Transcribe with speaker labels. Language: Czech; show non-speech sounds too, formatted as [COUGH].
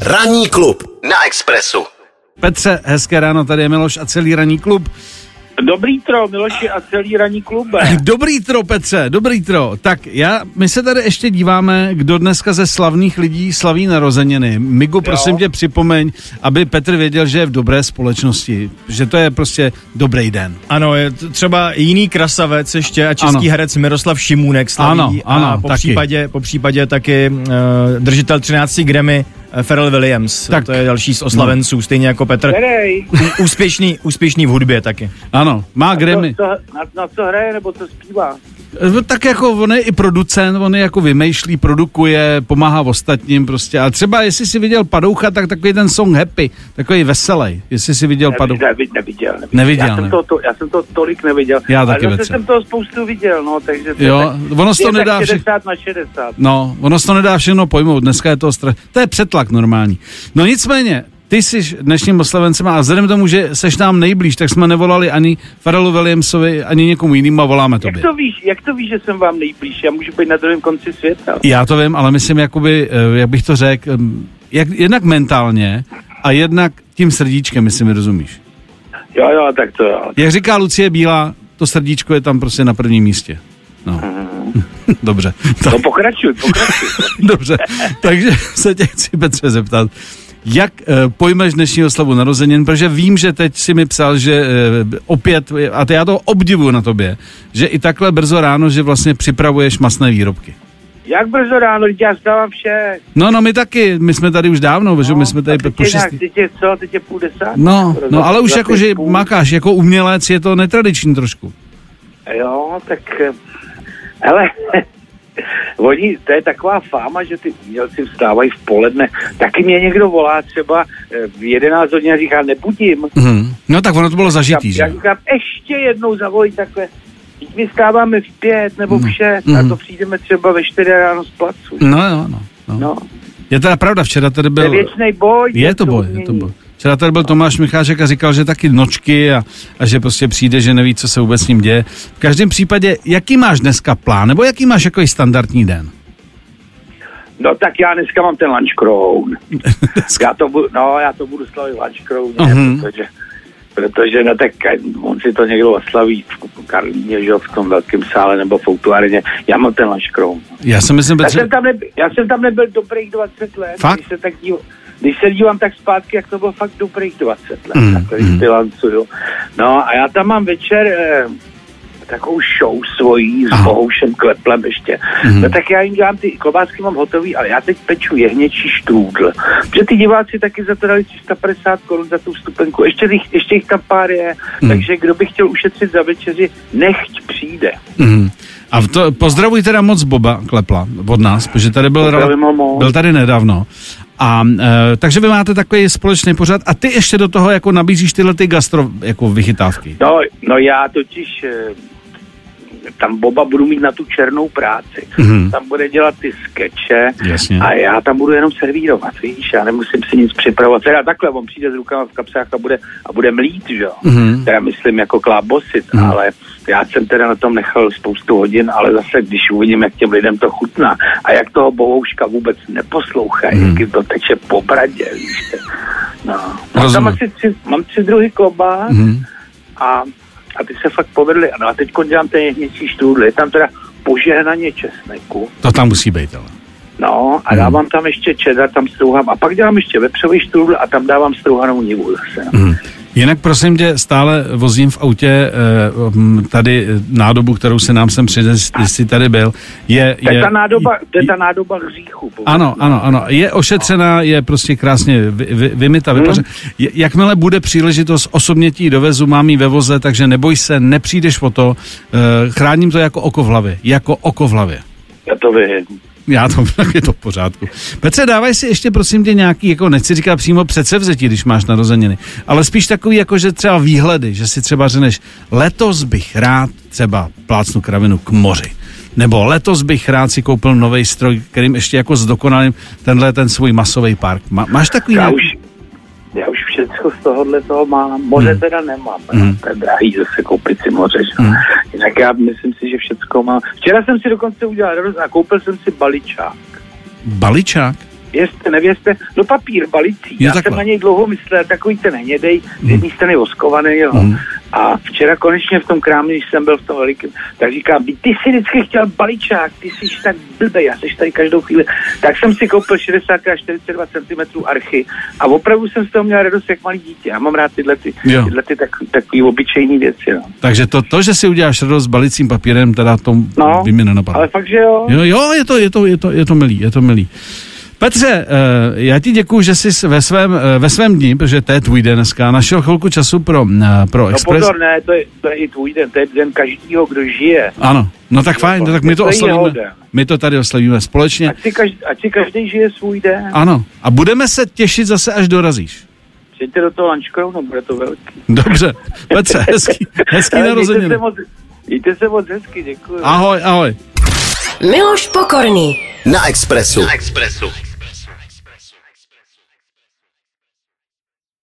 Speaker 1: Ranní klub na Expressu.
Speaker 2: Petře, hezké ráno, tady je Miloš a celý ranní klub.
Speaker 3: Dobrý tro, Miloši a celý raní klube.
Speaker 2: Dobrý tro, Petře, dobrý tro. Tak já, my se tady ještě díváme, kdo dneska ze slavných lidí slaví narozeniny. Migu, prosím tě, připomeň, aby Petr věděl, že je v dobré společnosti, že to je prostě dobrý den.
Speaker 4: Ano, je t- třeba jiný krasavec ještě a český
Speaker 2: Ano.
Speaker 4: ano. herec Miroslav Šimůnek slaví.
Speaker 2: Ano, ano,
Speaker 4: a po
Speaker 2: taky.
Speaker 4: případě, po případě taky uh, držitel 13 Grammy eh, Pharrell Williams.
Speaker 2: Tak.
Speaker 4: Tak. To je další z oslavenců, stejně jako Petr.
Speaker 3: Který?
Speaker 4: Ú- Úspěšný, úspěšný v hudbě taky.
Speaker 2: Ano, má Grammy.
Speaker 3: No, Co, na, na co hraje nebo co zpívá?
Speaker 2: Eh, Tak jako on je i producent, on je jako vymýšlí, produkuje, pomáhá ostatním prostě. A třeba jestli si viděl Padoucha, tak takový ten song Happy, takový veselej, jestli si viděl Padoucha.
Speaker 3: Neviděl, neviděl, neviděl,
Speaker 2: Neviděl,
Speaker 3: já,
Speaker 2: ne.
Speaker 3: jsem to, to, já jsem to tolik neviděl.
Speaker 2: Já
Speaker 3: Ale
Speaker 2: taky
Speaker 3: zase
Speaker 2: vece.
Speaker 3: jsem toho spoustu viděl, no, takže...
Speaker 2: Jo,
Speaker 3: tak,
Speaker 2: ono se to
Speaker 3: je tak
Speaker 2: nedá vše-
Speaker 3: 60 na 60.
Speaker 2: No, ono se to nedá všechno pojmout, dneska je to stra... To je přetlak normální. No nicméně, ty jsi dnešním oslavencem a vzhledem k tomu, že seš nám nejblíž, tak jsme nevolali ani Farelu Williamsovi, ani někomu jinému a voláme
Speaker 3: Jak
Speaker 2: tobě.
Speaker 3: to víš, jak to víš, že jsem vám nejblíž? Já můžu být na druhém konci světa.
Speaker 2: Já to vím, ale myslím, jakoby, eh, jak bych to řekl, ehm, jak, jednak mentálně a jednak tím srdíčkem, jestli mi rozumíš.
Speaker 3: Jo, jo, tak to jo.
Speaker 2: Jak říká Lucie Bílá, to srdíčko je tam prostě na prvním místě. No.
Speaker 3: Mhm.
Speaker 2: [LAUGHS] Dobře. Tak.
Speaker 3: No pokračuj, pokračuj.
Speaker 2: [LAUGHS] Dobře, takže se tě chci Petře zeptat, jak eh, pojmeš dnešní oslavu narozenin, protože vím, že teď si mi psal, že eh, opět, a ty já to obdivuju na tobě, že i takhle brzo ráno, že vlastně připravuješ masné výrobky.
Speaker 3: jak brzo ráno, teď já stávám vše.
Speaker 2: No, no, my taky, my jsme tady už dávno, že
Speaker 3: No,
Speaker 2: my jsme tady
Speaker 3: teď
Speaker 2: po
Speaker 3: je nějak,
Speaker 2: šestý.
Speaker 3: teď je co, teď je půl desát.
Speaker 2: No,
Speaker 3: Skoro
Speaker 2: no,
Speaker 3: za-
Speaker 2: ale už
Speaker 3: za
Speaker 2: jako,
Speaker 3: pět
Speaker 2: že
Speaker 3: půl.
Speaker 2: makáš, jako umělec je to netradiční trošku.
Speaker 3: Jo, tak... eh, Hele, [LAUGHS] oni, to je taková fáma, že ty umělci vstávají v poledne. Taky mě někdo volá třeba eh, v 11 hodin a říká, nebudím.
Speaker 2: Mhm. No tak ono to bylo zažitý, že?
Speaker 3: Já
Speaker 2: jo?
Speaker 3: říkám, ještě jednou zavolí takhle. Vždyť My vstáváme v pět nebo
Speaker 2: Mm.
Speaker 3: v šest a to přijdeme třeba ve čtyři ráno z placu.
Speaker 2: No, jo, no. no.
Speaker 3: No,
Speaker 2: Je teda pravda, včera tady
Speaker 3: to je
Speaker 2: byl...
Speaker 3: věčný boj.
Speaker 2: Je to boj, je
Speaker 3: umění.
Speaker 2: to boj. Včera tady byl Tomáš Micháček a říkal, že taky nočky a, a že prostě přijde, že neví, co se vůbec s ním děje. V každém případě, jaký máš dneska plán, nebo jaký máš jako i standardní den?
Speaker 3: No tak já dneska mám ten lunch crown. já to budu, no, já to budu slavit lunch crown,
Speaker 2: Mhm.
Speaker 3: protože, protože no tak on si to někdo oslaví v Karlíně, že jo, v tom velkém sále nebo v autuárině. Já mám ten lunch crown.
Speaker 2: Já si myslím,
Speaker 3: Já
Speaker 2: Petře,
Speaker 3: jsem, tam nebyl, já jsem tam nebyl dobrých 20 let.
Speaker 2: Fakt?
Speaker 3: Když se, tak dív, když se dívám tak zpátky, jak to bylo fakt dobrých 20 let.
Speaker 2: Mm,
Speaker 3: Mm, tak
Speaker 2: mm.
Speaker 3: mm. bilancuju. No a já tam mám večer eh, takovou show svojí s
Speaker 2: Aha.
Speaker 3: Bohoušem Kleplem ještě.
Speaker 2: Mhm.
Speaker 3: Mm. No tak já jim dělám ty klobásky, mám hotový, ale já teď peču jehněčí štrůdl. Protože ty diváci taky za to dali 350 korun za tu vstupenku. Ještě, jich- ještě jich tam pár je,
Speaker 2: Mm.
Speaker 3: mm. takže kdo by chtěl ušetřit za večeři, nechť přijde.
Speaker 2: mhm. A v to, pozdravuj teda moc Boba Klepla od nás, protože tady byl,
Speaker 3: Pozdravím ho moc.
Speaker 2: byl tady nedávno. A e, takže vy máte takový společný pořad a ty ještě do toho jako nabízíš tyhle ty gastro jako vychytávky.
Speaker 3: No, no já totiž eh, tam Boba budu mít na tu černou práci.
Speaker 2: Mhm.
Speaker 3: Tam bude dělat ty skeče
Speaker 2: Jasně.
Speaker 3: a já tam budu jenom servírovat, víš, já nemusím si nic připravovat. Teda takhle, on přijde s rukama v kapsách a bude, a bude mlít, že jo.
Speaker 2: Mhm.
Speaker 3: Teda myslím jako klábosit,
Speaker 2: Mhm.
Speaker 3: ale já jsem teda na tom nechal spoustu hodin, ale zase, když uvidím, jak těm lidem to chutná a jak toho bohouška vůbec neposlouchají,
Speaker 2: Mhm.
Speaker 3: jak jim to teče po bradě, víš. to- No. Mám
Speaker 2: Rozumím.
Speaker 3: tam asi tři, mám tři druhy klobás,
Speaker 2: Mhm.
Speaker 3: a, a ty se fakt povedly. No a teď dělám ten jehněcí štrůdl, je tam teda požehnaně česneku,
Speaker 2: To tam musí být, ale.
Speaker 3: no a dávám tam ještě čedar, tam strouhám a pak dělám ještě vepřový štrůdl a tam dávám strouhanou nivu zase. Mm.
Speaker 2: Mhm. Jinak prosím tě, stále vozím v autě eh, m, tady eh, nádobu, kterou se nám sem přines, když jsi tady byl. Je,
Speaker 3: To je,
Speaker 2: je,
Speaker 3: ta nádoba, to je ta nádoba hříchu. povedz.
Speaker 2: Ano, ano, ano. Je ošetřená, je prostě krásně vy, vy, vymyta,
Speaker 3: Mhm.
Speaker 2: vypaře. Je, jakmile bude příležitost, osobně ti ji dovezu, mám ji ve voze, takže neboj se, nepřijdeš o to. Eh, chráním to jako oko v hlavě. Jako oko v hlavě.
Speaker 3: Já to vím.
Speaker 2: Já to, [LAUGHS] tak je to v pořádku. Petře, dávaj si ještě prosím tě nějaký, jako nechci říkat přímo předsevzetí, když máš narozeniny, ale spíš takový, jako že třeba výhledy, že si třeba řekneš, letos bych rád třeba plácnu kravinu k moři. Nebo letos bych rád si koupil nový stroj, kterým ještě jako zdokonalím tenhle ten svůj masový park. Má, máš takový
Speaker 3: Já
Speaker 2: nějaký-
Speaker 3: už, já už všechno z tohohle toho mám. Moře hmm. teda nemám.
Speaker 2: Mhm.
Speaker 3: Hmm. To je drahý zase koupit si moře. Hmm. Jinak já myslím si, že všechno mám. Včera jsem si dokonce udělal radost a koupil jsem si balíčák.
Speaker 2: baličák?
Speaker 3: věřte, nevěřte, do No papír balicí.
Speaker 2: Jo,
Speaker 3: Já
Speaker 2: takhle. Mhm.
Speaker 3: jsem na něj dlouho myslel, takový ten hnědej, z jedné strany oskovaný, jo. A včera konečně v tom krámě, když jsem byl v tom velikém, tak říkám, "Vy, ty jsi vždycky chtěl balíčák, ty jsi tak blbej, já jsi tady každou chvíli. Tak jsem si koupil 60 a 42 cm archy a opravdu jsem z toho měl radost jak malý dítě. Já mám rád tyhle, ty,
Speaker 2: Jo.
Speaker 3: tyhle ty tak, takový obyčejný věci. No,
Speaker 2: Takže to, to, že si uděláš radost s balicím papírem, teda to
Speaker 3: no
Speaker 2: by mě nenapadlo.
Speaker 3: ale fakt, že jo.
Speaker 2: Jo, jo, je to, je to, je to, je to milý, je to milý. Petře, eh, já ti děkuji, že jsi ve svém, eh, ve svém dni, protože to je tvůj den dneska, našel chvilku času pro, eh, pro
Speaker 3: No
Speaker 2: Express.
Speaker 3: pozor, ne, to je, to je i tvůj den, to je den každého, kdo žije.
Speaker 2: Ano, no tak fajn,
Speaker 3: to-
Speaker 2: tak my to
Speaker 3: to je jeho
Speaker 2: oslavíme.
Speaker 3: den.
Speaker 2: My to tady oslavíme společně.
Speaker 3: Ať si, každý, ať si každý žije svůj den. A...
Speaker 2: Ano, a budeme se těšit zase, až dorazíš.
Speaker 3: Přijďte do toho lunchcrownu, bude to velký.
Speaker 2: Dobře, Petře, hezký,
Speaker 3: [LAUGHS]
Speaker 2: hezký
Speaker 3: Ale mějte
Speaker 2: narozeniny.
Speaker 3: se moc, mějte se moc hezky, děkuji.
Speaker 2: Ahoj, ahoj.
Speaker 5: Miloš Pokorný.
Speaker 1: Na Expressu. Na Expressu.